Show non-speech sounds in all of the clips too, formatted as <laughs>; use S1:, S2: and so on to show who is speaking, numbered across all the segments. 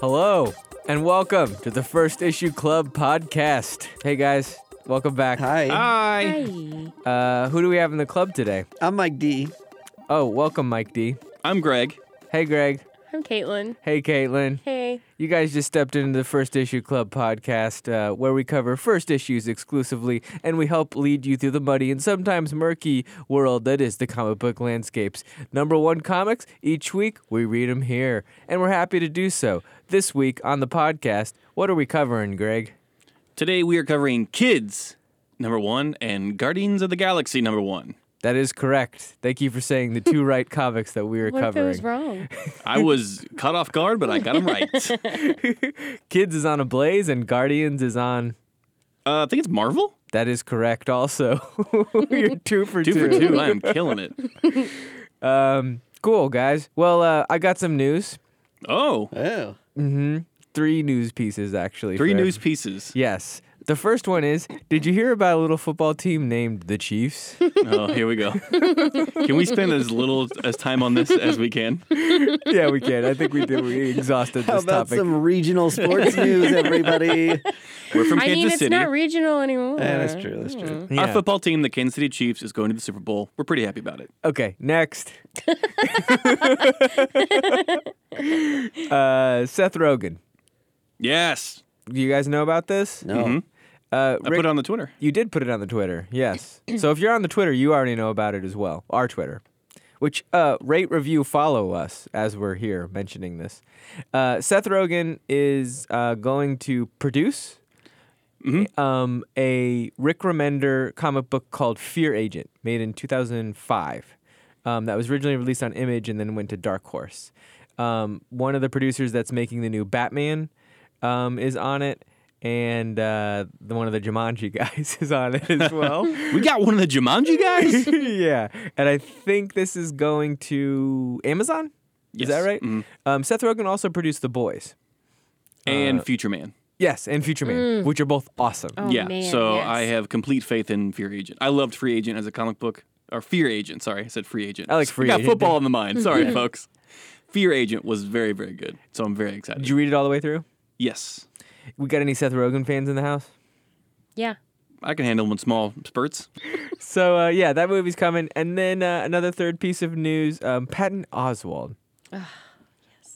S1: Hello, and welcome to the First Issue Club podcast. Hey guys, welcome back.
S2: Hi,
S3: Hi.
S4: Hey.
S1: Uh, who do we have in the club today?
S2: I'm Mike D.
S1: Oh, welcome, Mike D.
S3: I'm Greg.
S1: Hey, Greg.
S4: I'm Caitlin.
S1: Hey, Caitlin.
S4: Hey.
S1: You guys just stepped into the First Issue Club podcast, uh, where we cover first issues exclusively, and we help lead you through the muddy and sometimes murky world that is the comic book landscapes. Number one comics, each week we read them here, and we're happy to do so. This week on the podcast, what are we covering, Greg?
S3: Today we are covering Kids number 1 and Guardians of the Galaxy number 1.
S1: That is correct. Thank you for saying the
S4: <laughs>
S1: two right comics that we were
S4: What if it was
S1: covering.
S4: wrong?
S3: I was caught off guard, but I got them right.
S1: Kids is on a blaze, and Guardians is on.
S3: Uh, I think it's Marvel?
S1: That is correct. Also, <laughs> you're two for
S3: Two for two. I am killing it.
S1: Um, cool, guys. Well, uh, I got some news.
S3: Oh,
S2: Oh,
S1: Three news pieces, actually.
S3: three
S1: for
S3: news
S1: every-
S3: pieces.
S1: Yes. The first one is Did you hear about a little football team named the
S3: <laughs>
S1: Chiefs?
S3: Oh, here we go. Can we spend as little as time on this as we can?
S1: yeah, we can. I think we did. We
S3: <laughs>
S1: exhausted
S2: how
S1: this
S2: about
S1: topic.
S2: some regional <laughs> sports news, everybody? yeah,
S3: We're from
S4: I
S3: Kansas
S4: mean, it's
S3: City. Uh,
S4: not regional
S1: <laughs>
S4: anymore.
S2: that's true. That's true.
S1: Yeah.
S3: Our football team, the Kansas City Chiefs, is going to the Super Bowl. We're pretty happy about it.
S1: Okay, next.
S3: <laughs>
S1: <laughs> uh, Seth Rogen.
S3: Yes.
S1: Do you guys know about this?
S2: No,
S1: Uh,
S3: Mm-hmm. I
S1: Rick-
S3: put it on the Twitter.
S1: You did put it on the Twitter, yes. so if you're on the Twitter, you already know about it as well. Our Twitter, which uh, rate, review, follow us as we're here mentioning this. Uh, Seth Rogen is uh, going to produce um, a Rick Remender comic book called Fear Agent, made in 2005. Um, that was originally released on Image and then went to Dark Horse. Um, one of the producers that's making the new Batman um, is on it, and uh, the, one of the Jumanji <laughs> guys is on it as well.
S3: We got one of the Jumanji
S1: <laughs>
S3: guys?
S1: yeah, and I think this is going to Amazon. Is
S3: Yes.
S1: that right?
S3: Mhm.
S1: Um, Seth Rogen also produced The Boys.
S3: and Future Man.
S1: Yes, and Future Man, which are both awesome.
S4: Oh,
S3: yeah,
S4: man,
S3: so
S4: yes.
S3: I have complete faith in Fear Agent. I loved Free Agent as a comic book, or Fear Agent. Sorry, I said Free Agent.
S1: I like Free
S3: got
S1: Agent.
S3: football in the mind.
S4: <laughs>
S3: Sorry, folks. Fear Agent was very, very good. So I'm very excited.
S1: Did you read it all the way through?
S3: yes,
S1: We got any Seth Rogen fans in the house?
S4: Yeah.
S3: I can handle them in small spurts.
S1: So uh, yeah, that movie's coming. And then uh, another third piece of news: um, Patton Oswald.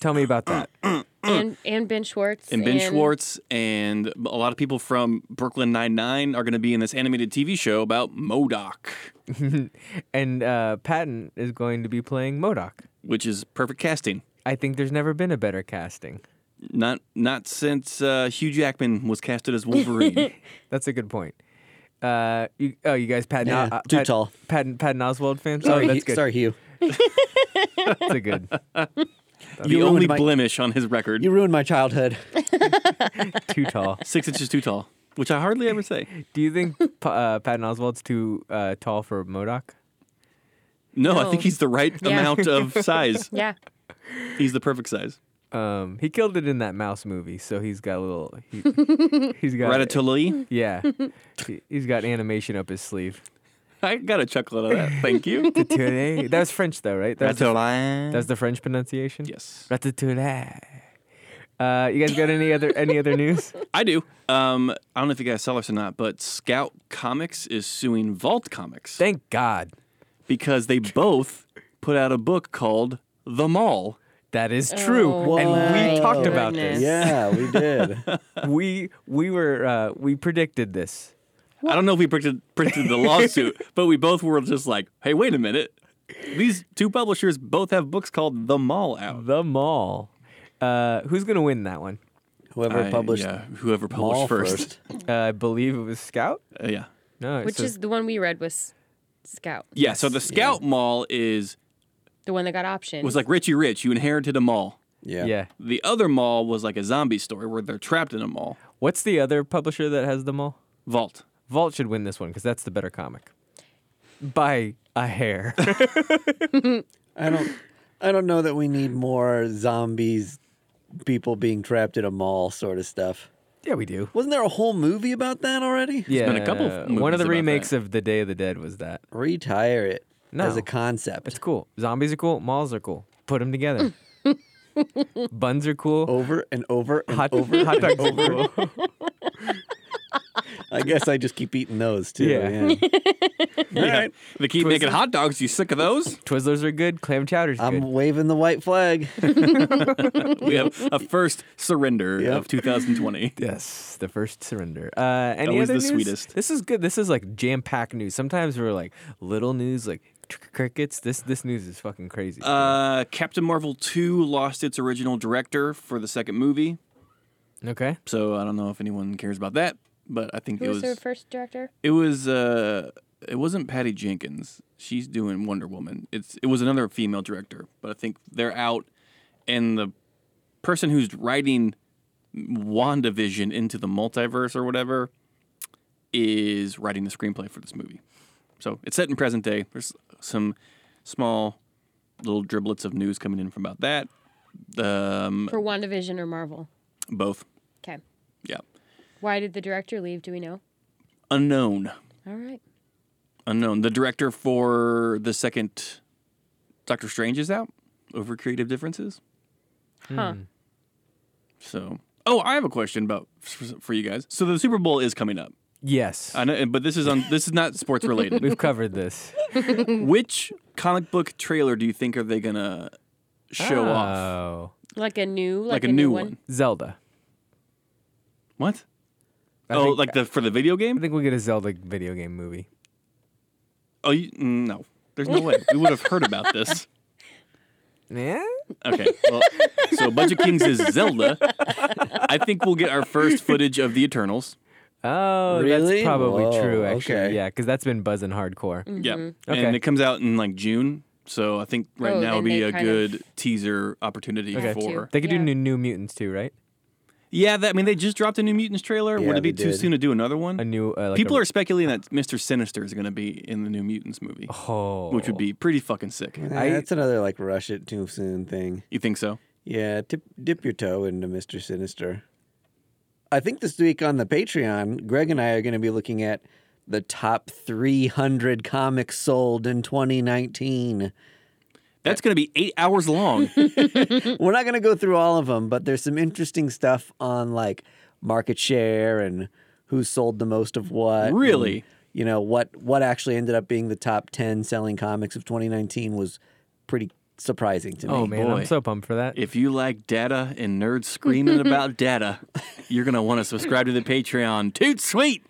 S1: Tell me about that. <coughs>
S4: And and Ben Schwartz.
S3: Mm. And Ben Schwartz and a lot of people from Brooklyn Nine Nine are going to be in this animated TV show about Modoc,
S1: and uh, Patton is going to be playing Modoc.
S3: which is perfect casting.
S1: I think there's never been a better casting.
S3: Not not since uh, Hugh Jackman was casted
S1: <laughs>
S3: as Wolverine.
S1: That's a good point. Uh, you, oh, you guys, Patton,
S2: Yeah,
S1: uh,
S2: too
S1: Pat-
S2: tall.
S1: Patton, Patton Oswald fans.
S2: sorry,
S1: oh, that's
S2: Hugh-
S1: good.
S2: sorry, Hugh.
S1: That's a good
S3: the
S2: You
S3: only
S2: ruined my-
S3: blemish on his record.
S2: You ruined my childhood.
S1: too
S2: <laughs>
S1: tall.
S3: Six inches too tall, which I hardly ever say.
S1: Do you think Pa- uh, Patton Oswald's too uh, tall for Modoc?
S3: No, I
S4: No.
S3: think he's the right
S4: Yeah.
S3: amount
S4: <laughs>
S3: of size.
S4: Yeah.
S3: He's the perfect size.
S1: Um, he killed it in that mouse movie, so he's got a little.
S4: <laughs>
S1: He, he's got
S3: Ratatouille.
S1: Yeah. He- He's got animation up his sleeve.
S3: I got a chuckle out of that.
S2: <laughs>
S3: Thank you.
S1: Ratatouille. That was French, though, right? That was, the, that was
S3: Ratatouille.
S1: the French pronunciation?
S3: Yes,
S1: Ratatouille. Uh, you guys got any other any other
S4: <laughs>
S1: news?
S3: I do. Um, I don't know if you guys saw this or not, but Scout Comics is suing Vault Comics
S1: Thank God.
S3: because they both put out a book called The Mall.
S1: That is true.
S4: Oh
S1: and
S2: my
S1: we talked about this.
S2: <laughs>
S4: goodness.
S2: yeah, we did.
S1: We we were uh, we predicted this.
S3: I don't know if we predicted, predicted
S2: <laughs>
S3: the lawsuit, but we both were just like, "Hey, wait a minute! These two publishers both have books called The Mall out."
S1: The mall. Uh, who's gonna win that one?
S2: <laughs> Whoever
S3: I-
S2: published
S3: yeah, whoever
S2: Mall uh,
S3: published
S2: first.
S3: first.
S1: Uh, I believe it was Scout.
S3: Uh, yeah.
S1: No, it
S4: Which
S1: says-
S4: is the one we read was Scout.
S3: Yeah, so the Scout Mall is
S4: The one that got optioned.
S3: was like Richie Rich. You inherited a mall.
S2: <laughs> Yeah.
S1: yeah.
S3: The other mall was like a zombie story where they're trapped in a mall.
S1: What's the other publisher that has the mall?
S3: Vault.
S1: Vault should win this one because that's the better comic by a
S3: <laughs>
S1: hair.
S2: I don't. I don't know that we need more zombies, people being trapped in a mall, sort of stuff.
S1: yeah, we do.
S2: Wasn't there a whole movie about that already?
S1: Yeah,
S3: been a couple of
S1: one of
S3: movies
S1: the
S3: about
S1: remakes
S3: that.
S1: of The Day of the Dead was that.
S2: Retire it
S1: No.
S2: as a concept.
S3: <laughs>
S1: It's cool. Zombies are cool. Malls are cool. Put them together. Buns are
S3: Oh.
S1: cool.
S2: over and over and
S1: Hot,
S2: over.
S1: hot dogs are
S2: over.
S1: cool.
S2: <laughs> I guess I just keep eating those too.
S1: Yeah. <laughs>
S2: Yeah. All right.
S3: They keep making hot dogs. You sick
S2: <laughs>
S3: of those?
S1: Twizzlers are good. Clam chowder's
S2: I'm
S1: good.
S2: waving the
S1: <laughs>
S2: white flag. <laughs>
S3: we have a first surrender
S2: Yep.
S3: of 2020.
S1: Yes, the first surrender. Uh, any
S3: Always
S1: other
S3: the
S1: news?
S3: sweetest.
S1: This is good. This is like jam packed news. Sometimes we're like little news, like tr- crickets. This this news is fucking crazy.
S3: Uh, Captain Marvel 2 lost its original director for the second movie.
S1: okay.
S3: So I don't know if anyone cares about that, but I think
S4: Who
S3: it
S4: was
S3: was
S4: her first director?
S3: it was uh it wasn't Patty Jenkins. She's doing Wonder Woman. It's it was another female director, but I think they're out and the person who's writing WandaVision into the multiverse or whatever is writing the screenplay for this movie. So it's set in present day. There's some small little driblets of news coming in from about that. Um,
S4: For WandaVision or Marvel?
S3: both.
S4: Okay.
S3: Yeah.
S4: Why did the director leave? Do we know?
S3: Unknown.
S4: All right.
S3: unknown. The director for the second Doctor Strange is out over creative differences.
S1: Hmm.
S4: Huh.
S3: So, oh, I have a question about for you guys. So the Super Bowl is coming up.
S1: Yes.
S3: I know, but this is on this is not sports
S1: <laughs>
S3: related.
S1: We've covered this.
S3: Which comic book trailer do you think are they gonna <laughs> show off?
S1: Oh.
S4: Like a new,
S3: Like,
S4: like,
S3: a, new one.
S1: Zelda.
S3: What?
S1: I
S3: oh,
S1: think-
S3: like the for the video
S1: I
S3: game?
S1: think we'll get a Zelda video game movie.
S3: Oh, you, mm, no. There's no way. We would have heard about this.
S1: Yeah.
S3: Okay. Well, so Budget Kings is Zelda. I think we'll get our first footage of the Eternals.
S1: Oh,
S2: Really?
S1: that's probably
S2: Whoa,
S1: true. Actually,
S2: okay.
S1: yeah, because that's been buzzing hardcore.
S3: Yeah.
S1: Okay.
S3: And it comes out in like June. So I think right
S4: Mm-hmm. Oh,
S3: now would
S4: then
S3: be
S4: they
S3: a
S4: kind
S3: good teaser opportunity
S4: Okay. Have
S3: for.
S4: to.
S1: They could
S4: Yeah.
S1: do new, new Mutants too, right?
S3: Yeah, that, I mean, they just dropped a New Mutants trailer.
S2: Yeah,
S3: would it be
S2: they
S3: too
S2: did.
S3: soon to do another one?
S1: A new uh, like
S3: People
S1: a-
S3: are speculating that Mr. Sinister is going to be in the New Mutants movie,
S1: oh,
S3: which would be pretty fucking sick.
S2: Yeah, that's another like rush it too soon thing.
S3: You think so?
S2: Yeah, tip, dip your toe into Mr. Sinister. I think this week on the Patreon, Greg and I are going to be looking at the top 300 comics sold in 2019.
S3: That's going to be eight hours
S4: <laughs>
S3: long.
S2: We're not going to go through all of them, but there's some interesting stuff on like market share and who sold the most of what.
S3: Really?
S2: and, you know, what what actually ended up being the top 10 selling comics of 2019 was pretty surprising to me.
S1: Oh man,
S3: boy.
S1: I'm so pumped for that.
S3: if you like data and nerds screaming about data, you're going to want to subscribe to the Patreon. Toot sweet!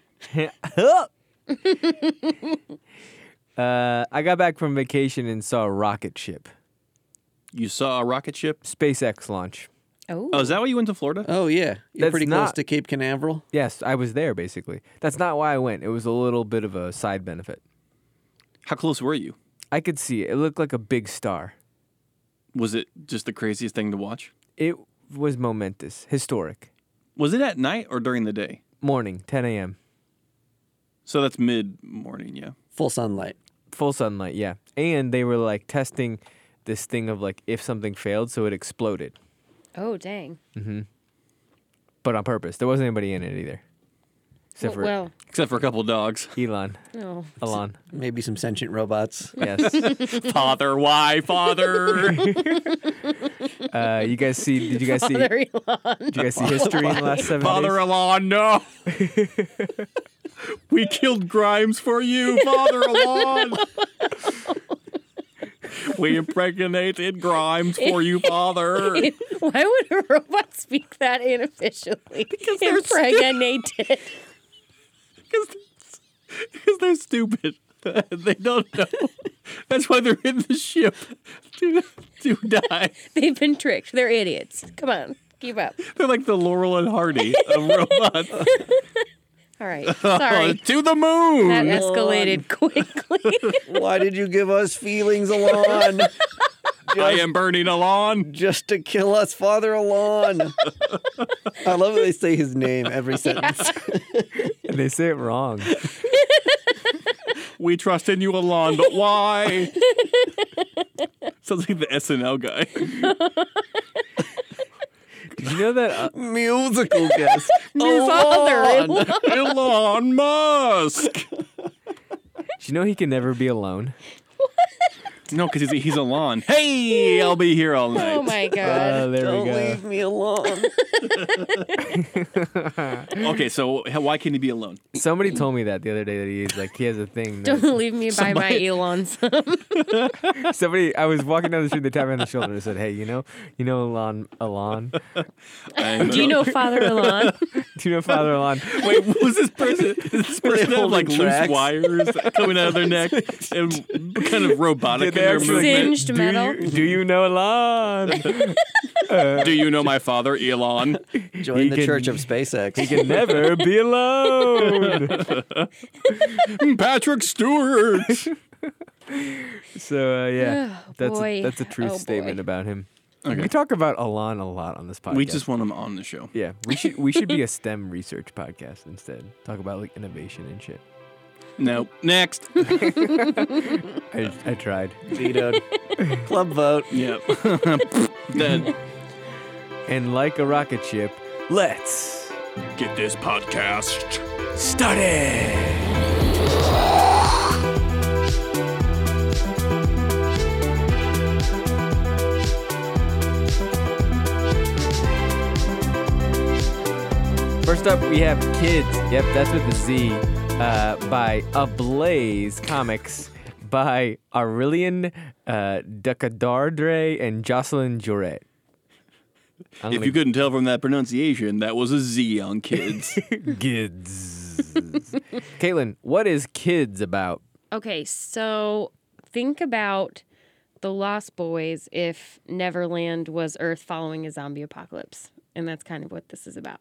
S1: uh, I got back from vacation and saw a rocket ship,
S3: You saw a rocket ship?
S1: SpaceX launch.
S4: Oh.
S3: Oh, is that why you went to Florida?
S2: Oh yeah, you're
S1: That's
S2: pretty close
S1: not-
S2: to Cape Canaveral.
S1: Yes, I was there basically. That's not why I went. It was a little bit of a side benefit.
S3: How close were you?
S1: I could see it. It looked like a big star.
S3: Was it just the craziest thing to watch?
S1: It was momentous, historic.
S3: Was it at night or during the day?
S1: Morning, 10 a.m.
S3: So that's mid morning, yeah.
S2: Full sunlight.
S1: full sunlight yeah and they were like testing this thing of like if something failed so it exploded
S4: Oh, dang.
S1: but on purpose there wasn't anybody in it either except for
S4: Oh, Well,
S3: Except for a couple dogs. <laughs>
S1: elon
S4: <laughs> well, oh.
S1: elon
S2: Maybe some sentient robots.
S4: <laughs>
S1: yes
S3: father, why, father?
S1: uh, you guys see did you
S4: <laughs>
S1: guys see did
S4: Father Elon.
S1: you guys see history in the last seven
S3: father
S1: days
S3: Alon, no. we killed Grimes for you, Father Alon. we impregnated Grimes for you, Father.
S4: Why would a robot <laughs> speak that inofficially? Because they're impregnated.
S3: <laughs> Because they're stupid. <laughs> they don't know. That's why they're in the ship to, to die.
S4: <laughs> They've been tricked. They're idiots. Come on, keep up.
S3: They're like the Laurel and Hardy of robots.
S4: All right. Sorry.
S3: to the moon.
S4: That escalated quickly.
S2: Why did you give us feelings, Alon?
S3: I am burning a lawn.
S2: Just to kill us, Father Alon. I love that they say his name
S1: <laughs>
S2: every sentence.
S1: and they say it wrong
S3: We trust in you, Alon, but
S4: <laughs>
S3: why? Sounds like the SNL guy. <laughs>
S1: did you know that uh,
S2: Musical guest. Alon.
S4: Father
S3: Elon Musk.
S1: did you know he can never be alone
S3: No, because he's, he's a lawn. Hey, I'll be here all night.
S4: <laughs> Oh my
S1: Uh,
S4: god.
S1: there
S2: Don't
S1: we go.
S2: leave me alone.
S3: Okay, so h- why can he be alone?
S1: Somebody told me that the other day that he's like he has a thing. that-
S4: Don't leave me by my
S3: Somebody-
S4: Elon's.
S1: somebody I was walking down the street, they tapped me on the shoulder and said, "Hey, you know, you know Elon, Elon,
S3: And-
S4: Do you know Father Elon?
S1: do you know Father Elon?"
S3: Wait, was this
S4: <laughs>
S3: person? Did this person have like
S2: holding tracks?
S3: loose wires coming out of their
S4: <laughs>
S3: neck and kind of robotic in their
S4: actually-
S3: movement?
S4: Singed
S1: do
S4: metal.
S1: You, do you know Elon?
S3: Do you know my father,
S4: <laughs>
S3: Elon?
S2: Join
S1: He
S2: the
S1: can-
S2: Church of SpaceX.
S1: You can <laughs> never be alone.
S3: Patrick Stewart.
S1: <laughs> So uh, yeah,
S4: Oh,
S1: that's a,
S4: boy.
S1: that's a truth
S4: Oh,
S1: statement
S4: boy.
S1: about him.
S3: Okay.
S1: We talk about Elon a lot on this podcast.
S3: We just want him on the show.
S1: <laughs> yeah, we should we should be a STEM research podcast instead. Talk about like innovation and shit.
S3: No. Next.
S1: I, I tried.
S2: Vetoed. <laughs> Club vote.
S3: <laughs> Yep. then
S1: And like a rocket ship, let's
S3: get this podcast.
S1: start it. First up, we have Kids. Yep, that's with the Z. Uh, by Ablaze Comics by Aurelian uh, Decadardre and Jocelyn Juret. I'm
S3: If you couldn't tell from that pronunciation, that was a Z on kids.
S1: Kids. Caitlin, what is Kids about?
S4: Okay, so think about the Lost Boys if Neverland was Earth following a zombie apocalypse. And that's kind of what this is about.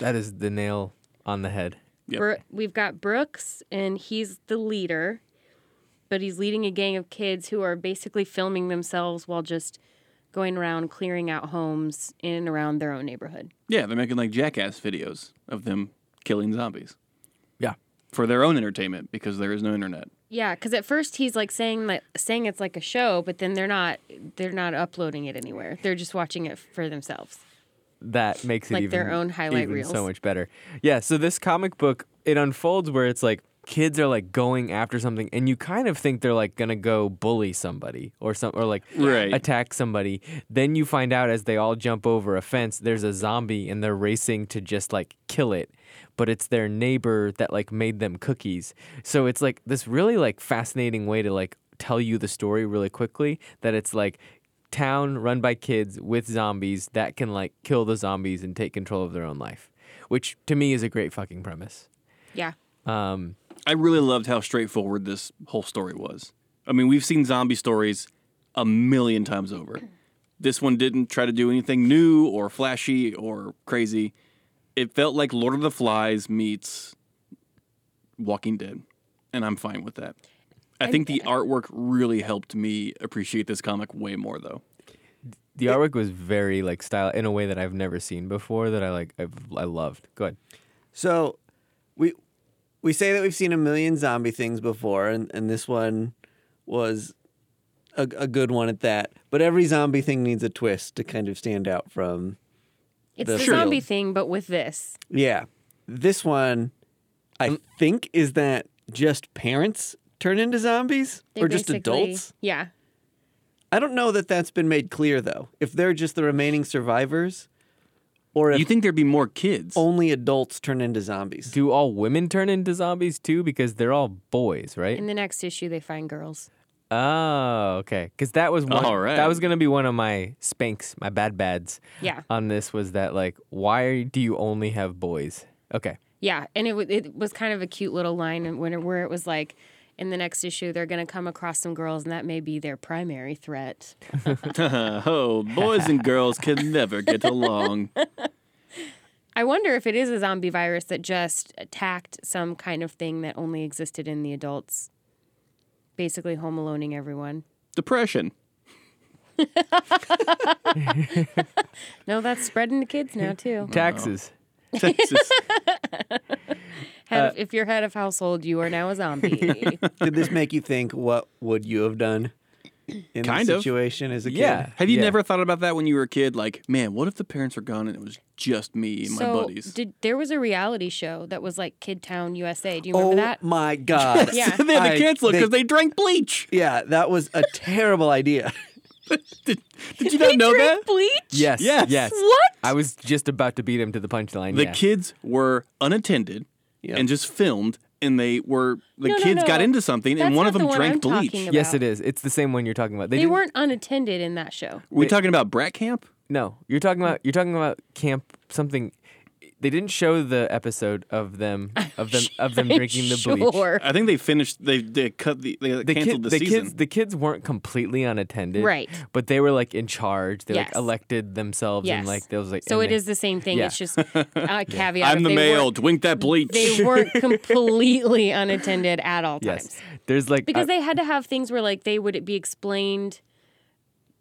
S1: That is the nail on the head.
S3: Yep.
S4: Bro- we've got Brooks, and he's the leader, but he's leading a gang of kids who are basically filming themselves while just going around clearing out homes in and around their own neighborhood.
S3: <laughs> yeah, they're making like jackass videos of them killing zombies
S1: Yeah.
S3: for their own entertainment because there is no internet.
S4: Yeah, because at first he's like saying that saying it's like a show, but then they're not they're not uploading it anywhere. They're just watching it for themselves.
S1: That makes it
S4: Like
S1: even,
S4: their own highlight
S1: even so
S4: reels.
S1: much better. Yeah, so this comic book, it unfolds where it's like kids are like going after something and you kind of think they're like going to go bully somebody or some or like
S3: Right.
S1: attack somebody. Then you find out as they all jump over a fence, there's a zombie and they're racing to just like kill it. But it's their neighbor that like made them cookies. So it's like this really like fascinating way to like tell you the story really quickly that it's like town run by kids with zombies that can like kill the zombies and take control of their own life, which to me is a great fucking premise.
S4: Yeah.
S1: Um,
S3: I really loved how straightforward this whole story was. I mean, we've seen zombie stories a million times over. This one didn't try to do anything new or flashy or crazy. It felt like Lord of the Flies meets Walking Dead, and I'm fine with that. I think the artwork really helped me appreciate this comic way more, though.
S1: the artwork was very like style in a way that I've never seen before that I like I've, I loved. Go ahead.
S2: So we we say that we've seen a million zombie things before, and, and this one was a, a good one at that. But every zombie thing needs a twist to kind of stand out from.
S4: It's
S2: The
S4: the,
S2: field.
S4: zombie thing, but with this.
S2: Yeah. This one, I think, is that just parents turn into zombies
S4: They
S2: or just
S4: basically-
S2: adults?
S4: Yeah.
S2: I don't know that that's been made clear, though. If they're just the remaining survivors or if
S3: You think there'd be more kids?
S2: only adults turn into zombies.
S3: <laughs>
S1: Do all women turn into zombies too? Because they're all boys, right?
S4: In the next issue, they find girls.
S1: Oh, okay. Because that was one.
S3: All right.
S1: That was gonna be one of my spanks, my bad bads.
S4: Yeah.
S1: On this was that like, why do you only have boys? Okay.
S4: Yeah, and it wa- it was kind of a cute little line, and when where it was like, in the next issue, they're gonna come across some girls, and that may be their primary threat.
S3: <laughs> oh, boys and girls can never get along.
S4: I wonder if it is a zombie virus that just attacked some kind of thing that only existed in the adults, basically home aloning everyone.
S3: Depression.
S4: No, that's spreading to kids
S3: <laughs>
S4: now
S3: Uh,
S4: too.
S1: Taxes.
S3: Oh. Texas.
S4: Head of,
S3: <laughs>
S4: if you're head of household, you are now a zombie.
S2: Did this make you think what would you have done? in
S3: Kind
S2: this
S3: of.
S2: situation as a kid?
S1: Yeah.
S3: Have you
S1: Yeah.
S3: never thought about that when you were a kid? Like, man, what if the parents were gone and it was just me and my
S4: so
S3: buddies? <laughs>
S4: did there was a reality show that was like Kid Town USA? Do you remember
S2: oh
S4: that?
S2: my god.
S4: <laughs> Yeah.
S3: they had
S2: I-
S3: to cancel it
S2: they-
S3: because they drank bleach.
S2: Yeah, that was a terrible idea.
S3: Did, did
S4: <laughs>
S3: you not know that?
S4: Drink bleach?
S1: Yes.
S3: Yes.
S1: Yes.
S4: What?
S1: I was just about to beat him to the punchline.
S3: The
S1: yeah.
S3: kids were unattended
S2: Yeah.
S3: and just filmed, and they were the
S4: No, no,
S3: kids got
S4: no.
S3: into something,
S4: That's
S3: and one
S4: not
S3: of them
S4: the one
S3: drank
S4: I'm
S3: bleach.
S4: talking
S1: Yes,
S4: about.
S1: it is. It's the same one you're talking about. They,
S4: They
S1: didn't-
S4: weren't unattended in that show.
S3: we talking about brat camp?
S1: No, you're talking about you're talking about camp something. They didn't show the episode of them of them of
S4: <laughs>
S1: them <laughs> drinking the bleach.
S4: Sure.
S3: I think they finished. They they cut the they
S1: The,
S3: canceled the,
S1: the
S3: season.
S1: kids the kids weren't completely unattended.
S4: Right.
S1: But they were like in charge. They like
S4: Yes.
S1: elected themselves and
S4: Yes.
S1: like those like
S4: So
S1: and
S4: it
S1: they-
S4: is the same thing.
S1: Yeah. <laughs>
S4: It's just a caveat.
S3: I'm
S4: if
S3: the
S4: they
S3: male.
S4: weren't-
S3: Drink that bleach. <laughs>
S4: They
S1: <laughs>
S4: weren't completely unattended at all times.
S1: Yes. There's like
S4: Because
S1: uh,
S4: they had to have things where like they would be explained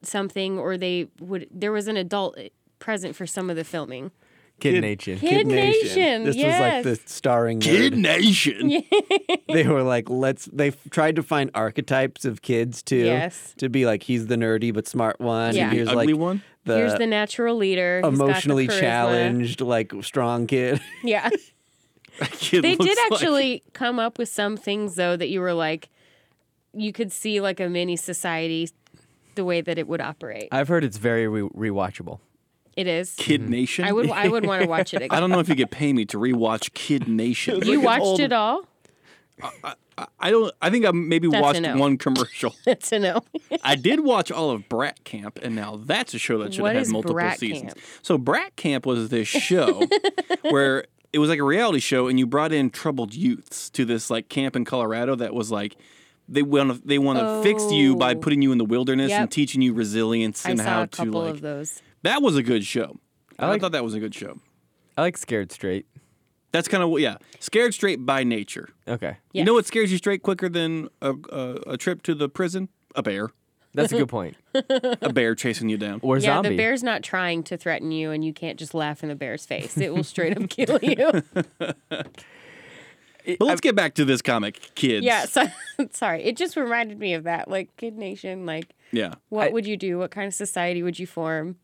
S4: something or they would there was an adult eh, present for some of the filming.
S1: Kid Nation.
S4: <laughs> Kid Nation,
S2: This was like
S4: yes.
S2: the starring
S3: Kid
S2: nerd.
S3: Nation. <laughs>
S2: They were like, let's. They f- tried to find archetypes of kids too.
S4: Yes.
S2: To be like, he's the nerdy but smart one.
S4: Yeah.
S2: and
S4: The
S2: here's
S3: ugly
S2: like
S3: one?
S2: The
S4: Here's the natural leader. He's got the
S2: emotionally
S4: charisma.
S2: challenged, like strong kid. <laughs>
S1: <laughs>
S4: Yeah.
S3: Kid
S4: They
S3: looks
S4: did
S3: like-
S4: actually come up with some things though that you were like you could see like a mini society the way that it would operate.
S1: I've heard it's very re- rewatchable.
S4: It is.
S3: Kid
S2: Hmm.
S3: Nation.
S4: I would I would want to watch
S3: <laughs>
S4: it
S3: I
S4: again.
S3: don't know if you could pay me to
S2: <laughs>
S3: rewatch Kid Nation.
S2: Look
S4: You
S2: at
S4: watched
S2: all the-
S4: it all?
S3: I- I don't. I think I maybe
S4: That's a
S3: watched
S4: no.
S3: one
S4: <laughs>
S3: commercial.
S4: That's a no.
S3: I did watch all of Brat Camp, and now that's a show that should
S4: What
S3: have
S4: is
S3: had multiple
S4: Brat
S3: seasons.
S4: Camp?
S3: So Brat Camp was this
S4: <laughs>
S3: show where it was like a reality show, and you brought in troubled youths to this like camp in Colorado that was like they want to they want to fix you by
S4: Oh.
S3: putting you in the wilderness and
S4: Yep.
S3: teaching you resilience
S4: I
S3: and
S4: saw
S3: how
S4: a
S3: to
S4: couple
S3: like.
S4: of those.
S3: That was a good show. I,
S1: like-
S3: thought that was a good show.
S1: I like Scared Straight.
S3: That's kind of what yeah. Scared straight by nature.
S1: Okay.
S3: You know
S4: Yes.
S3: what scares you straight quicker than a, a, a trip to the prison? A bear.
S1: That's
S4: <laughs>
S1: a good point.
S3: A bear chasing you down.
S1: Or
S4: Yeah,
S1: zombie.
S4: the bear's not trying to threaten you, and you can't just laugh in the bear's face. It will straight
S3: <laughs>
S4: up kill you.
S3: But let's get back to this comic, kids.
S4: yeah, so, <laughs> sorry. It just reminded me of that. Like, Kid Nation, like,
S3: Yeah.
S4: what
S1: I-
S4: would you do? What kind of society would you form?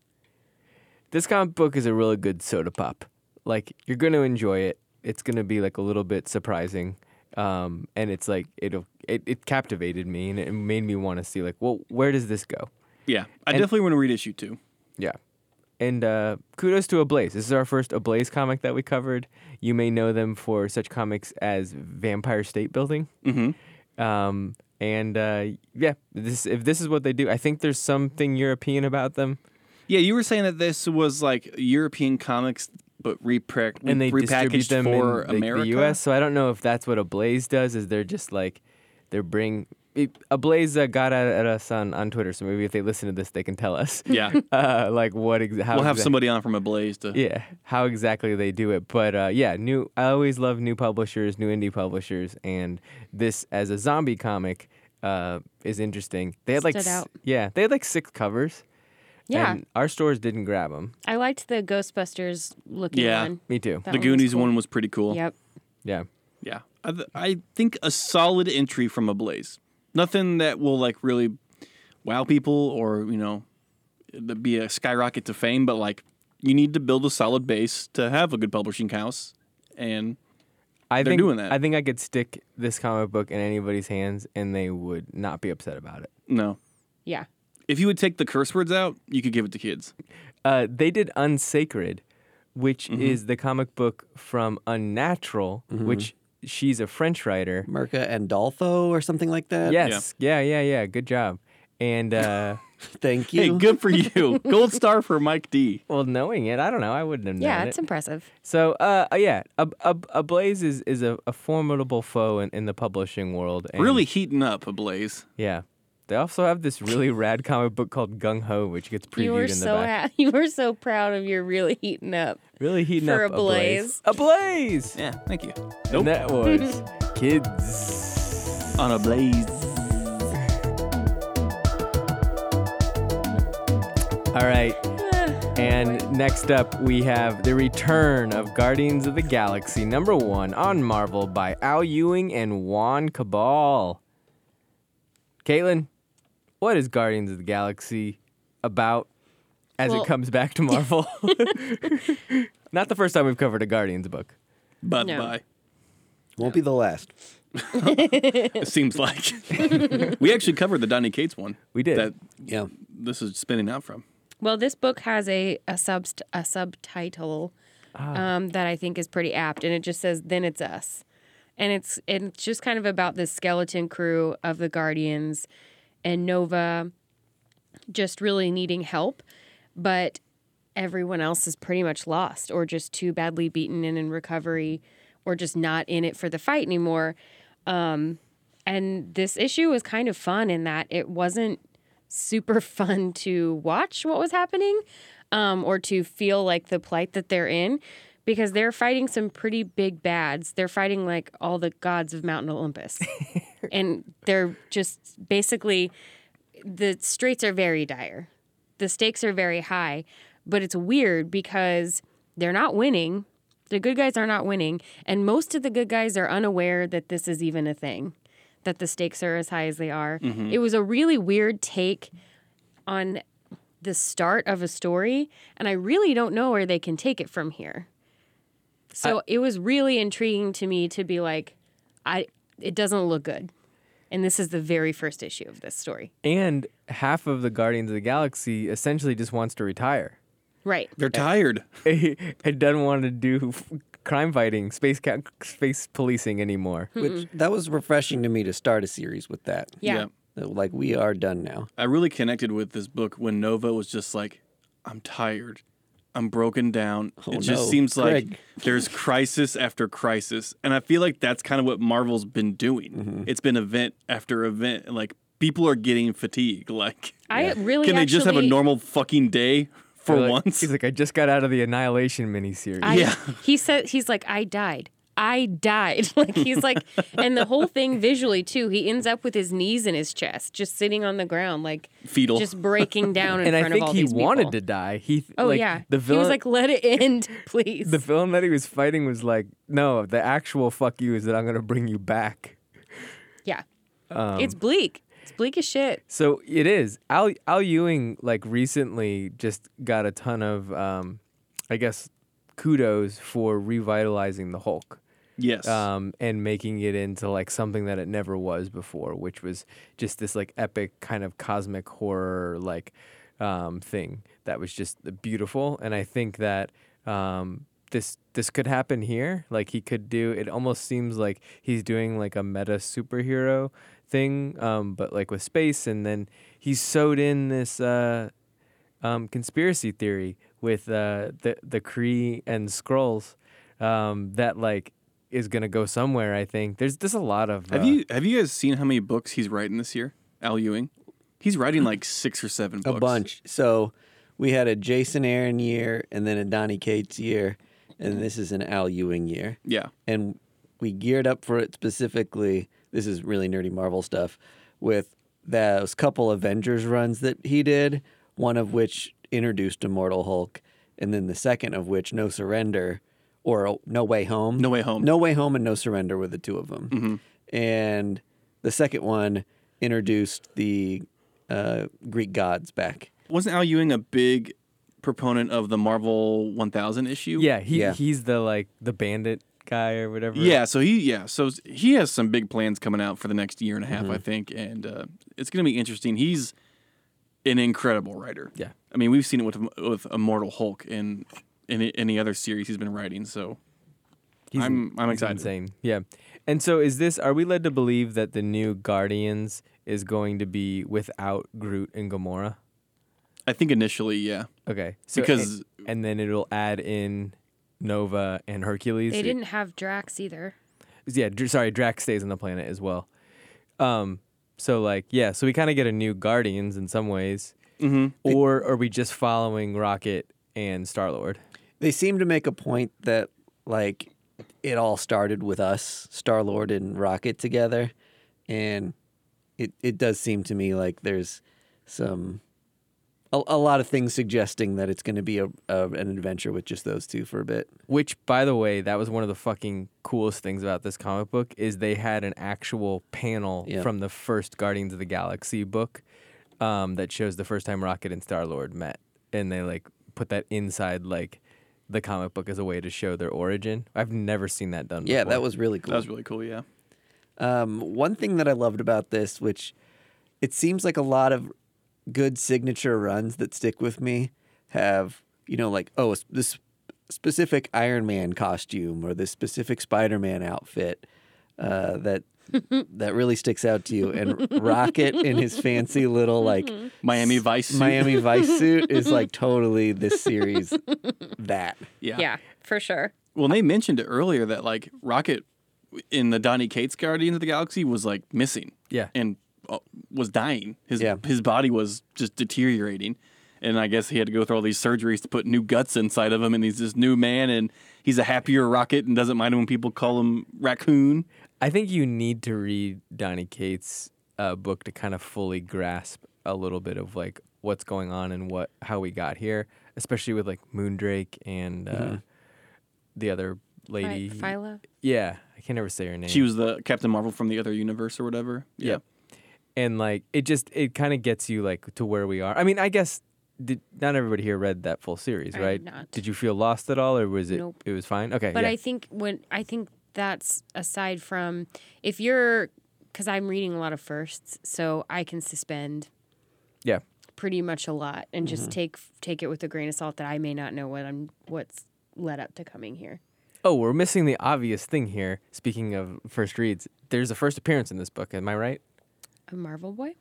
S1: this comic book is a really good soda pop. Like you're going to enjoy it. It's going to be like a little bit surprising, um, and it's like it'll it, it captivated me and it made me want to see like well where does this go?
S3: Yeah. I definitely want to read issue two.
S1: Yeah. And uh, kudos to Ablaze. This is our first Ablaze comic that we covered. You may know them for such comics as Vampire State Building. Mm-hmm. Um, and uh, yeah, this if this is what they do, I think there's something European about them.
S3: Yeah, you were saying that this was like European comics but repack-
S1: and they distribute
S3: repackaged
S1: them
S3: for
S1: in the,
S3: America.
S1: the U.S. So I don't know if that's what Ablaze does. Is they're just like they're bring it, Ablaze uh, got at, at us on, on Twitter. So maybe if they listen to this, they can tell us.
S3: Yeah.
S1: <laughs> uh, like what exa- how
S3: We'll have
S1: exa-
S3: somebody on from Ablaze to
S1: Yeah, how exactly they do it, but uh, yeah, new. I always love new publishers, new indie publishers, and this as a zombie comic uh, is interesting. They had like
S4: Stood
S1: s-
S4: out.
S1: yeah, they had like six covers.
S4: Yeah.
S1: and our stores didn't grab them.
S4: I liked the Ghostbusters looking
S3: Yeah.
S4: one.
S1: Me too.
S3: the
S4: That one was
S3: Goonies
S4: cool.
S3: one was pretty cool.
S4: Yep.
S1: Yeah,
S3: Yeah. I, th- I think a solid entry from Ablaze. Nothing that will like really wow people or, you know, th- be a skyrocket to fame, but like you need to build a solid base to have a good publishing house. And
S1: I
S3: They're
S1: think,
S3: doing that.
S1: I think I could stick this comic book in anybody's hands and they would not be upset about it.
S3: no,
S4: Yeah.
S3: if you would take the curse words out, you could give it to kids.
S1: Uh, they did Unsacred, which
S3: Mm-hmm.
S1: is the comic book from Unnatural, which she's a French writer.
S2: Merca and Dolfo or something
S1: <laughs>
S2: like that.
S1: Yes. Yeah, yeah, yeah. Good job. And,
S4: <laughs>
S1: uh,
S2: Thank
S3: <laughs>
S2: you.
S3: <laughs> Hey, good for you. Gold star for Mike D.
S1: well, knowing it, I don't know. I wouldn't have known
S4: Yeah,
S1: it.
S4: it's impressive.
S1: so, uh, uh, yeah, a, a, a Blaze is, is a, a formidable foe in, in the publishing world. and-
S3: <laughs> Really heating up, Ablaze.
S1: Yeah. They also have this really rad comic book called Gung Ho, which gets previewed
S4: you were
S1: in the
S4: so
S1: back.
S4: ha- <laughs> you were so proud of your really heating up.
S1: Really heating
S4: For
S1: up
S4: a
S1: A blaze.
S3: Yeah, thank you.
S1: And
S3: Nope.
S1: that
S4: <laughs>
S1: was kids.
S3: On Ablaze.
S1: All right. And next up, we have the return of Guardians of the Galaxy number one on Marvel by Al Ewing and Juan Cabal. Caitlin, what is Guardians of the Galaxy about as
S4: Well-
S1: it comes back to Marvel? <laughs> Not the first time we've covered a Guardians book.
S3: But
S4: No.
S3: bye.
S2: Won't be the last.
S3: It seems like we actually covered the Donny Cates one.
S1: We did.
S3: That
S2: Yeah.
S3: this is spinning out from.
S4: Well, this book has a a sub a subtitle um, that I think is pretty apt, and it just says "Then It's Us," and it's and it's just kind of about this skeleton crew of the Guardians and Nova, just really needing help, but everyone else is pretty much lost or just too badly beaten and in recovery, or just not in it for the fight anymore. Um, And this issue was kind of fun in that it wasn't super fun to watch what was happening um, or to feel like the plight that they're in because they're fighting some pretty big bads. They're fighting like all the gods of Mount Olympus. and they're just basically, the straits are very dire. The stakes are very high. But it's weird because they're not winning. The good guys are not winning. And most of the good guys are unaware that this is even a thing that the stakes are as high as they are. It was a really weird take on the start of a story, and I really don't know where they can take it from here. So it was really intriguing to me to be like, I it doesn't look good. And this is the very first issue of this story.
S1: And half of the Guardians of the Galaxy essentially just wants to <laughs> retire.
S4: Right.
S3: They're tired.
S1: it doesn't want to do f- crime fighting, space ca- space policing anymore.
S2: Which that was refreshing to me to start a series with that.
S4: Yeah.
S2: Like we are done now.
S3: I really connected with this book when Nova was just like, "I'm tired, I'm broken down."
S2: Oh,
S3: it just
S2: no,
S3: seems
S2: Greg.
S3: like there's crisis after crisis, and I feel like that's kind of what Marvel's been doing.
S2: Mm-hmm.
S3: It's been event after event, and like people are getting fatigued. <laughs> Like,
S4: I really
S3: can they just have a
S4: actually-
S3: normal fucking day for
S1: They're like-
S3: once?
S1: He's like, I just got out of the Annihilation miniseries.
S4: I,
S3: Yeah.
S4: He said he's like, I died. I died. <laughs> Like he's like and the whole thing visually too, he ends up with his knees in his chest, just sitting on the ground, like
S3: Fetal.
S4: just breaking
S3: <laughs>
S4: down in
S1: and I
S4: front of
S1: think
S4: all
S1: he
S4: these
S1: wanted
S4: people.
S1: to die. He
S4: Oh
S1: like,
S4: yeah.
S1: The villain,
S4: he was like, let
S1: <laughs>
S4: it end, please.
S1: the villain that he was fighting was like, no, the actual fuck you is that I'm gonna bring you back.
S4: yeah.
S1: um,
S4: it's bleak. It's bleak as shit.
S1: So it is. Al Al Ewing like recently just got a ton of, um, I guess, kudos for revitalizing the Hulk.
S3: yes.
S2: uh,
S1: um, and making it into like something that it never was before, which was just this like epic kind of cosmic horror like um, thing that was just beautiful. And I think that um, this this could happen here. Like he could do. It almost seems like he's doing like a meta superhero thing, um, but like with space. And then he's sewed in this. Uh, um, conspiracy theory with uh, the the Kree and Scrolls um, that like is gonna go somewhere. I think there's there's a lot of uh,
S3: have you have you guys seen how many books he's writing this year? Al Ewing. He's writing like six or seven
S2: Hmm. A
S3: books.
S2: bunch. So we had a Jason Aaron year and then a Donnie Cates year. And this is an Al Ewing year.
S3: Yeah.
S2: and we geared up for it specifically. This is really nerdy Marvel stuff with those couple Avengers runs that he did, one of which introduced Immortal Hulk, and then the second of which, No Surrender or No Way Home.
S3: No Way Home. Mm-hmm.
S2: No Way Home and No Surrender were the two of them. And the second one introduced the uh, Greek gods back.
S3: Wasn't Al Ewing a big proponent of the Marvel 1000 issue?
S1: Yeah, he
S2: Yeah.
S1: he's the like the bandit guy or whatever.
S3: Yeah, so he yeah, so s- he has some big plans coming out for the next year and a
S1: Mm-hmm.
S3: half, I think, and uh, it's going to be interesting. He's an incredible writer.
S1: Yeah.
S3: I mean, we've seen it with with Immortal Hulk and any any other series he's been writing. So
S1: he's,
S3: I'm I'm
S1: he's
S3: excited.
S1: Insane. Yeah, and so is this? Are we led to believe that the new Guardians is going to be without Groot and Gamora?
S3: I think initially, yeah,
S1: Okay, so,
S3: Because-
S1: and, and then it'll add in Nova and Hercules.
S4: They didn't have Drax either.
S1: yeah, Dr- sorry, Drax stays on the planet as well. Um, so like, yeah, so we kind of get a new Guardians in some ways, mm-hmm. or are we just following Rocket and Star Lord?
S2: They seem to make a point that like it all started with us, Star Lord and Rocket together, and it it does seem to me like there's some a, a lot of things suggesting that it's going to be a, a an adventure with just those two for a bit.
S1: Which, by the way, that was one of the fucking coolest things about this comic book is they had an actual panel
S2: Yeah.
S1: from the first Guardians of the Galaxy book um, that shows the first time Rocket and Star Lord met, and they like put that inside like the comic book as a way to show their origin. I've never seen that done.
S2: Yeah,
S1: before.
S2: that was really cool.
S3: That was really cool. Yeah.
S2: Um, one thing that I loved about this, which it seems like a lot of good signature runs that stick with me have, you know, like, oh, s- this specific Iron Man costume or this specific Spider Man outfit uh, that. that really sticks out to you. And Rocket in his fancy little like
S3: Miami Vice. suit.
S2: Miami Vice suit is like totally this series that.
S3: <laughs> Yeah.
S4: yeah, for sure.
S3: Well, they mentioned it earlier that like Rocket in the Donny Cates Guardians of the Galaxy was like missing.
S1: Yeah.
S3: And uh, was dying. His
S2: Yeah.
S3: his body was just deteriorating. And I guess he had to go through all these surgeries to put new guts inside of him, and he's this new man, and he's a happier Rocket, and doesn't mind when people call him Raccoon.
S1: I think you need to read Donny Cates' uh, book to kind of fully grasp a little bit of like what's going on and what how we got here, especially with like Moondrake and uh,
S3: Mm-hmm.
S1: the other lady.
S4: Right, Phyla.
S1: yeah, I can never say her name.
S3: She was the Captain Marvel from the other universe or whatever.
S1: Yeah. and like it just it kind of gets you like to where we are. I mean, I guess did, not everybody here read that full series,
S4: I did
S1: right?
S4: not.
S1: Did you feel lost at all, or was it
S4: Nope.
S1: it was fine? Okay,
S4: But
S1: yeah.
S4: I think when I think that's aside from if you're because I'm reading a lot of firsts, so I can suspend
S1: yeah.
S4: pretty much a lot and
S1: Mm-hmm.
S4: just take take it with a grain of salt that I may not know what I'm what's led up to coming here.
S1: Oh, we're missing the obvious thing here. Speaking of first reads, there's a first appearance in this book. Am I right?
S4: A Marvel boy,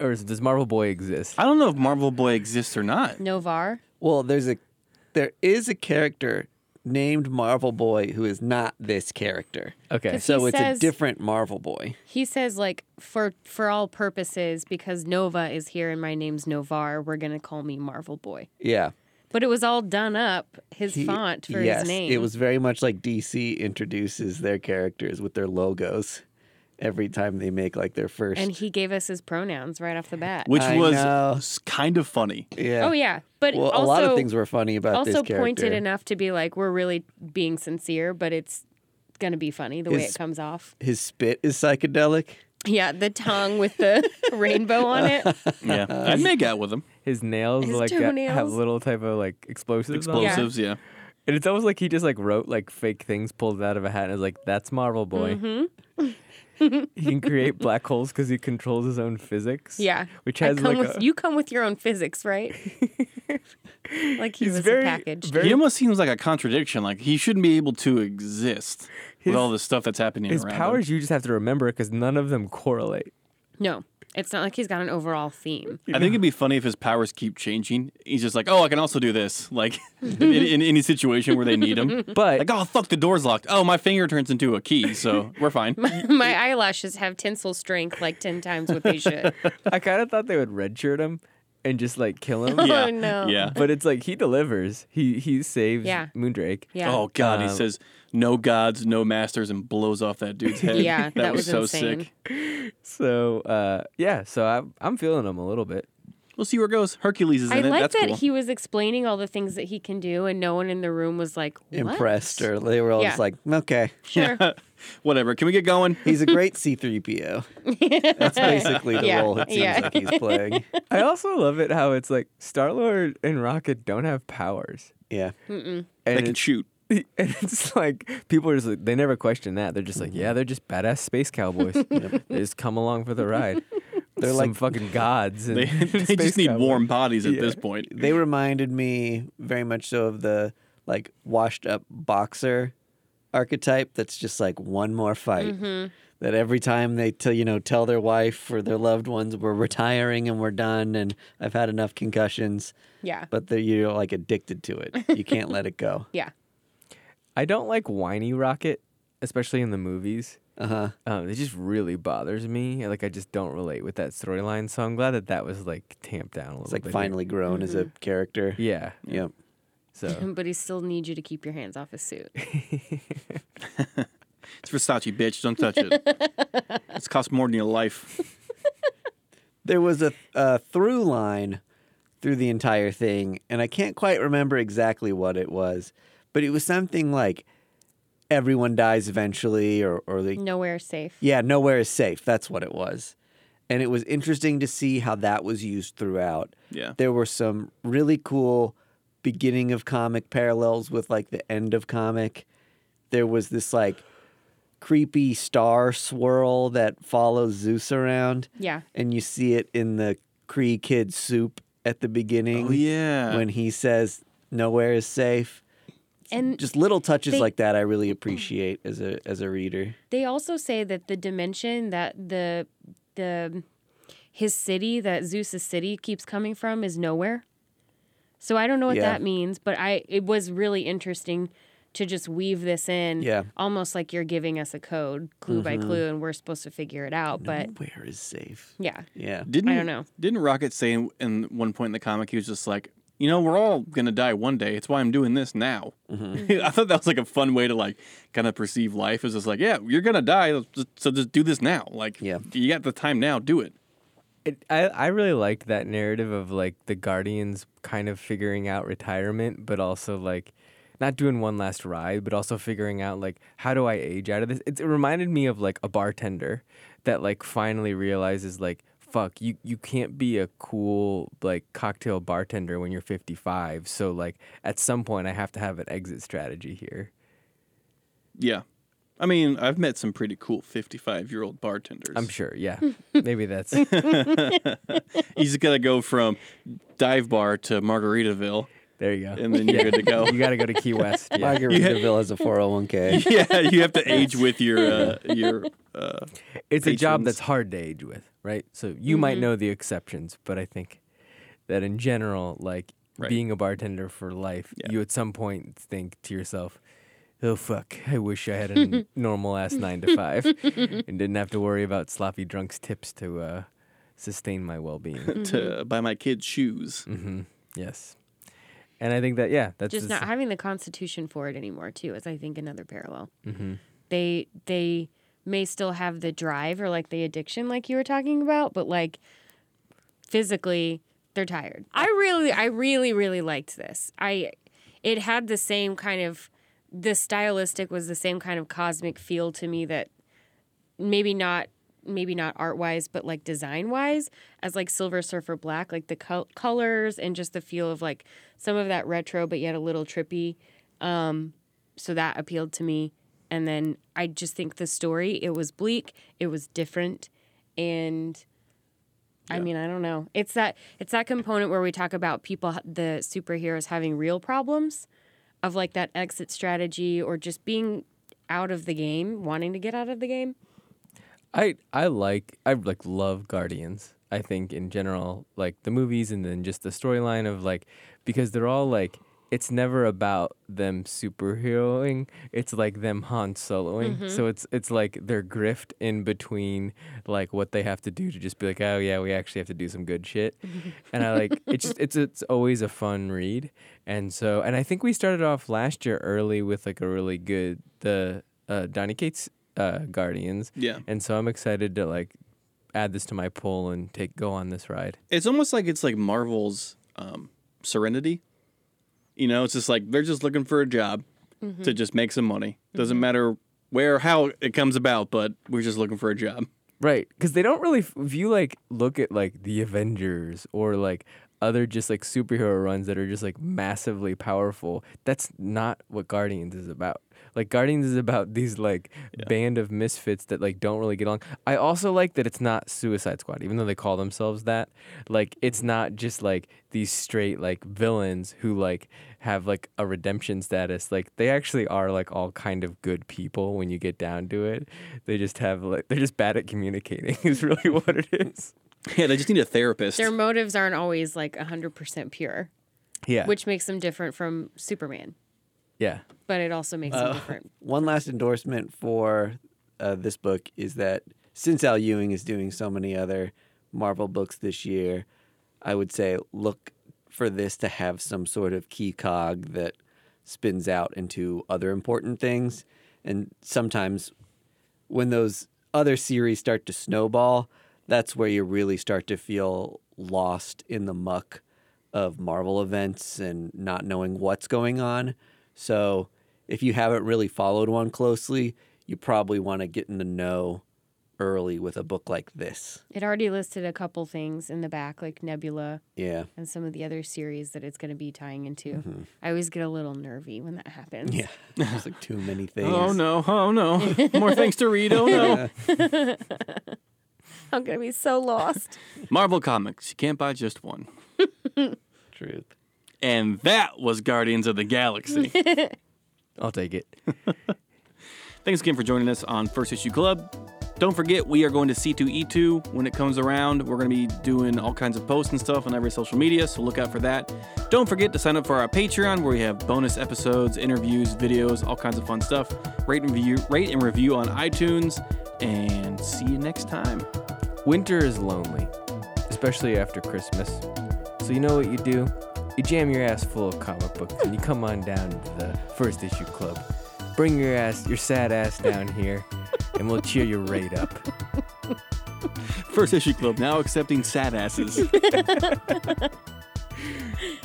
S1: Or is, does Marvel Boy exist?
S3: I don't know if Marvel Boy exists or not.
S4: Novar.
S2: Well, there's a there is a character named Marvel Boy who is not this character.
S1: Okay.
S4: 'Cause-
S2: So
S4: He
S2: it's
S4: says-
S2: a different Marvel Boy.
S4: He says like for for all purposes because Nova is here and my name's Novar. We're gonna call me Marvel boy.
S2: Yeah.
S4: But it was all done up his
S2: He-
S4: font for
S2: yes,
S4: his name.
S2: It was very much like DC introduces their characters with their logos every time they make like their first
S4: and he gave us his pronouns right off the bat.
S3: which
S2: I
S3: was
S2: know.
S3: s- kind
S2: <laughs>
S3: of funny.
S2: Yeah.
S4: Oh yeah, but
S2: Well, a
S4: also
S2: lot of things were funny about this
S4: also
S2: character.
S4: pointed enough to be like we're really being sincere, but it's gonna be funny the way
S2: His-
S4: it comes off.
S2: His spit is psychedelic.
S4: Yeah, the tongue
S2: <laughs>
S4: with the rainbow on it.
S3: Yeah, I'd make out with him.
S1: His nails
S4: His
S1: like got- have
S4: toenails.
S1: little type of like explosives. On. them.
S3: Explosives. Yeah.
S1: And it's almost like he just like wrote like fake things pulled out of a hat and is like, "That's Marvel Boy."
S4: Mm-hmm.
S1: <laughs> he can create black holes because he controls his own physics.
S4: Yeah,
S1: Which
S4: I
S1: has
S4: come
S1: like
S4: with,
S1: a,
S4: you come with your own physics,
S2: <laughs>
S4: right? like he
S1: He's
S4: was
S1: very-
S4: a package.
S1: very-
S3: He almost seems like a contradiction. Like he shouldn't be able to exist
S1: His-
S3: with all the stuff that's happening
S1: his
S3: around
S1: powers.
S3: him.
S1: You just have to remember because none of them correlate.
S4: no, it's not like he's got an
S3: <laughs>
S4: overall theme.
S3: I think it'd be funny if his powers keep changing. He's just like, oh, I can also do this. <laughs> Like in, in any situation where they need him.
S1: But
S3: Like, oh, fuck, the door's locked. Oh, my finger turns into a key, so we're fine.
S4: Oh, <laughs> My eyelashes have tensile strength like ten times what
S3: <laughs>
S4: they should.
S3: oh.
S1: I kind of thought they would redshirt him and just like kill him.
S3: Yeah.
S4: Oh, no.
S3: <laughs> Yeah.
S1: But it's like he delivers. He he saves
S4: Yeah.
S1: Moondrake.
S4: Yeah.
S3: Oh God, he
S1: Um,
S3: says no gods, no masters, and blows off that dude's head.
S4: Yeah,
S3: that,
S4: that
S3: was,
S4: was
S3: so
S4: insane.
S3: sick.
S1: So uh, yeah. So I'm I'm feeling him a little bit.
S3: We'll see where it goes. Hercules is in
S4: I
S3: it.
S4: like
S3: that's
S4: that
S3: cool.
S4: he was explaining all the things that he can do, and no one in the room was like what?
S2: Impressed or they were all
S4: Yeah.
S2: just like, okay.
S3: <laughs>
S4: Sure.
S3: Whatever. Can we get going?
S2: He's a great C3PO. That's basically the
S4: <laughs> Yeah.
S2: role it seems
S4: Yeah.
S2: like he's playing.
S1: I also love it how it's like Star Lord and Rocket don't have powers.
S2: Yeah.
S1: And
S3: they can
S1: it's- <laughs>
S3: shoot. <laughs>
S1: and it's like people are just like, they never question that. They're just like,
S3: Mm-hmm.
S1: yeah, they're just badass space
S3: <laughs>
S1: cowboys. They just come along for the ride.
S2: They're
S1: Some
S2: like-
S1: fucking gods. And <laughs>
S3: <laughs> They, they
S1: space
S3: just need
S1: cowboys.
S3: warm bodies at
S1: Yeah.
S3: this point.
S2: They reminded me very much so of the like washed up boxer archetype that's just like one more fight. That every time they tell you know tell their wife or their loved ones we're retiring and we're done and I've had enough concussions,
S4: <laughs> yeah.
S2: but they're you're like addicted to it. You can't let it go.
S4: Yeah.
S1: I don't like whiny Rocket, especially in the movies.
S2: Uh huh.
S1: Um, it just really bothers me. Like I just don't relate with that storyline. So I'm glad that that was like tamped down a little
S2: It's like
S1: bit. here.
S2: finally grown as a character.
S1: Yeah.
S2: Yep.
S4: <laughs>
S1: So
S4: But he still needs you to keep your hands off his suit.
S3: It's Versace, bitch. Don't touch it.
S4: <laughs>
S3: it's cost more than your life.
S2: there was a, a through line through the entire thing, and I can't quite remember exactly what it was, but it was something like everyone dies eventually, or or they
S4: Nowhere safe.
S2: yeah, nowhere is safe. That's what it was, and it was interesting to see how that was used throughout.
S3: Yeah.
S2: There were some really cool beginning of comic parallels with like the end of comic. There was this like creepy star swirl that follows Zeus around
S4: Yeah.
S2: and you see it in the Cree kid soup at the beginning
S3: Oh yeah.
S2: when he says nowhere is safe.
S4: And
S2: Just little touches
S4: They- Mm-hmm.
S2: like that I really appreciate as a as a reader.
S4: They also say that the dimension that the the his city that Zeus's city keeps coming from is nowhere. So I don't know what
S2: Yeah.
S4: that means, but I it was really interesting to just weave this in.
S2: Yeah. Mm-hmm.
S4: Almost like you're giving us a code clue by clue and we're supposed to figure it out, but
S2: Nowhere is safe.
S4: yeah.
S2: Yeah.
S3: didn't
S4: I don't know.
S3: Didn't Rocket say in, in one point in the comic he was just like, you know, we're all gonna die one day. It's why I'm doing this now. <laughs> I thought that was like a fun way to like kind of perceive life. Is just like, yeah, you're gonna die, so just do this now. Like,
S2: Yeah.
S3: you got the time now, do it.
S1: It, I I really liked that narrative of like the Guardians kind of figuring out retirement, but also like not doing one last ride, but also figuring out like how do I age out of this. It's, it reminded me of like a bartender that like finally realizes like fuck you you can't be a cool like cocktail bartender when you're 55. So like at some point I have to have an exit strategy here.
S3: Yeah. I mean, I've met some pretty cool 55 year old bartenders.
S1: I'm sure. Yeah,
S3: <laughs>
S1: maybe that's
S3: He's got to go from dive bar to Margaritaville,
S1: there you go.
S3: <laughs> and then you're good
S1: <laughs>
S3: to go.
S1: you got to go to Key West.
S3: <laughs>
S1: Yeah.
S2: Margaritaville has a 401k.
S3: yeah, you have to age with your uh, your. Uh,
S1: it's a job
S3: patrons.
S1: that's hard to age with, right? So you might
S4: Mm-hmm.
S1: know the exceptions, but I think that in general, like
S3: Right.
S1: being a bartender for life, you at some point think to yourself, "Oh fuck, I wish I had
S4: <laughs>
S1: a normal ass nine to five and didn't have to worry about sloppy drunks tips to uh, sustain my well being."
S4: <laughs>
S3: to buy my kids shoes.
S1: yes, and I think that yeah, that's
S4: Just
S1: just-
S4: not having the constitution for it anymore too is I think another parallel. They they may still have the drive or like the addiction like you were talking about, but like physically they're tired. I really I really really liked this. I it had the same kind of the stylistic was the same kind of cosmic feel to me that maybe not maybe not art wise but like design wise as like silver surfer black like the col- colors and just the feel of like some of that retro but yet a little trippy um so that appealed to me and then i just think the story it was bleak it was different and i mean i don't know it's that it's that component where we talk about people the superheroes having real problems of like that exit strategy or just being out of the game wanting to get out of the game
S1: I I like I like love Guardians. I think in general, like the movies and then just the storyline of like because they're all like it's never about them superheroing. It's like them Han Soloing. So it's it's like their grift in between like what they have to do to just be like, oh yeah, we actually have to do some good shit. and I like it's just it's it's always a fun read. And so and I think we started off last year early with like a really good the uh, Donny Cates uh, Guardians.
S3: Yeah.
S1: And so I'm excited to like add this to my poll and take go on this ride.
S3: It's almost like it's like Marvel's um, Serenity. You know, it's just like they're just looking for a job to just make some money. Doesn't matter where or how it comes about, but we're just looking for a job. <laughs>
S1: Right, because they don't really f- view like look at like the Avengers or like other just like superhero runs that are just like massively powerful. That's not what Guardians is about. Like Guardians is about these like band of misfits that like don't really get along. I also like that it's not Suicide Squad, even though they call themselves that. Like it's not just like these straight like villains who like have like a redemption status. Like they actually are like all kind of good people when you get down to it. They just have like they're just bad at communicating <laughs> is really what it is.
S3: Yeah, they just need a therapist.
S4: their motives aren't always like 100% pure,
S1: Yeah.
S4: which makes them different from Superman,
S1: yeah.
S4: but it also makes them different.
S2: One last endorsement for uh, this book is that since Al Ewing is doing so many other Marvel books this year, I would say look for this to have some sort of key cog that spins out into other important things. And sometimes when those other series start to snowball, that's where you really start to feel lost in the muck of Marvel events and not knowing what's going on. So, if you haven't really followed one closely, you probably want to get in the know early with a book like this.
S4: It already listed a couple things in the back, like Nebula
S2: Yeah.
S4: and some of the other series that it's going to be tying into. I always get a little nervy when that happens.
S2: Yeah. There's like too many things.
S3: <laughs> Oh no! Oh no! More things to read. Oh no!
S4: I'm going to be so lost.
S3: <laughs> Marvel Comics. You can't buy just one.
S2: Truth.
S3: And that was Guardians of the Galaxy.
S1: I'll take it.
S3: Thanks again for joining us on First Issue Club. Don't forget, we are going to C2E2 when it comes around. We're going to be doing all kinds of posts and stuff on every social media, so look out for that. Don't forget to sign up for our Patreon, where we have bonus episodes, interviews, videos, all kinds of fun stuff. Rate and review, rate and review on iTunes, and see you next time.
S1: Winter is lonely, especially after Christmas. So you know what you do? You jam your ass full of comic books and you come on down to the first issue club. Bring your ass, your sad ass down here, and we'll cheer your rate up.
S3: First Issue Club now accepting sad asses.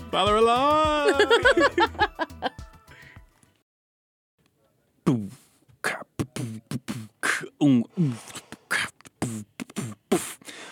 S3: Follow along. Boom. Ka, boom, boom, boom, ka, oom, oom, ka, boom, boom, boom.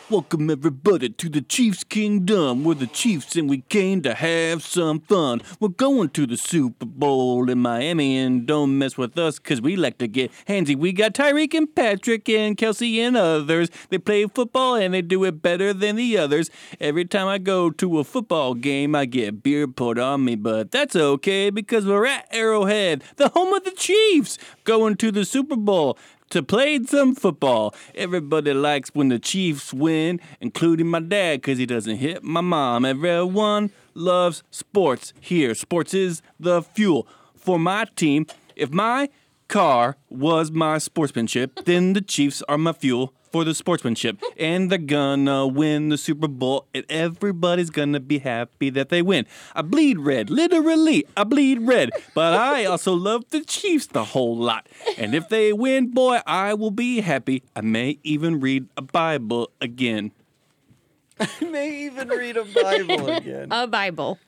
S3: Welcome everybody to the Chiefs Kingdom. We're the Chiefs and we came to have some fun. We're going to the Super Bowl in Miami and don't mess with us cause we like to get handsy. We got Tyreek and Patrick and Kelsey and others. They play football and they do it better than the others. Every time I go to a football game, I get beer poured on me, but that's okay because we're at Arrowhead, the home of the Chiefs, going to the Super Bowl to play some football. Everybody likes when the Chiefs win, including my dad, because he doesn't hit my mom. Everyone loves sports here. Sports is the fuel for my team. If my car was my sportsmanship, then the Chiefs are my fuel for
S2: <laughs>
S3: the sportsmanship. And they're gonna win the Super Bowl, and everybody's gonna be happy that they win. I bleed red, literally, I bleed red.
S2: <laughs>
S3: But I also love the Chiefs the whole lot. And if they win, boy, I will be happy. I may even read
S2: <laughs>
S3: a Bible again. <laughs>
S2: may even read a Bible again.
S4: A Bible.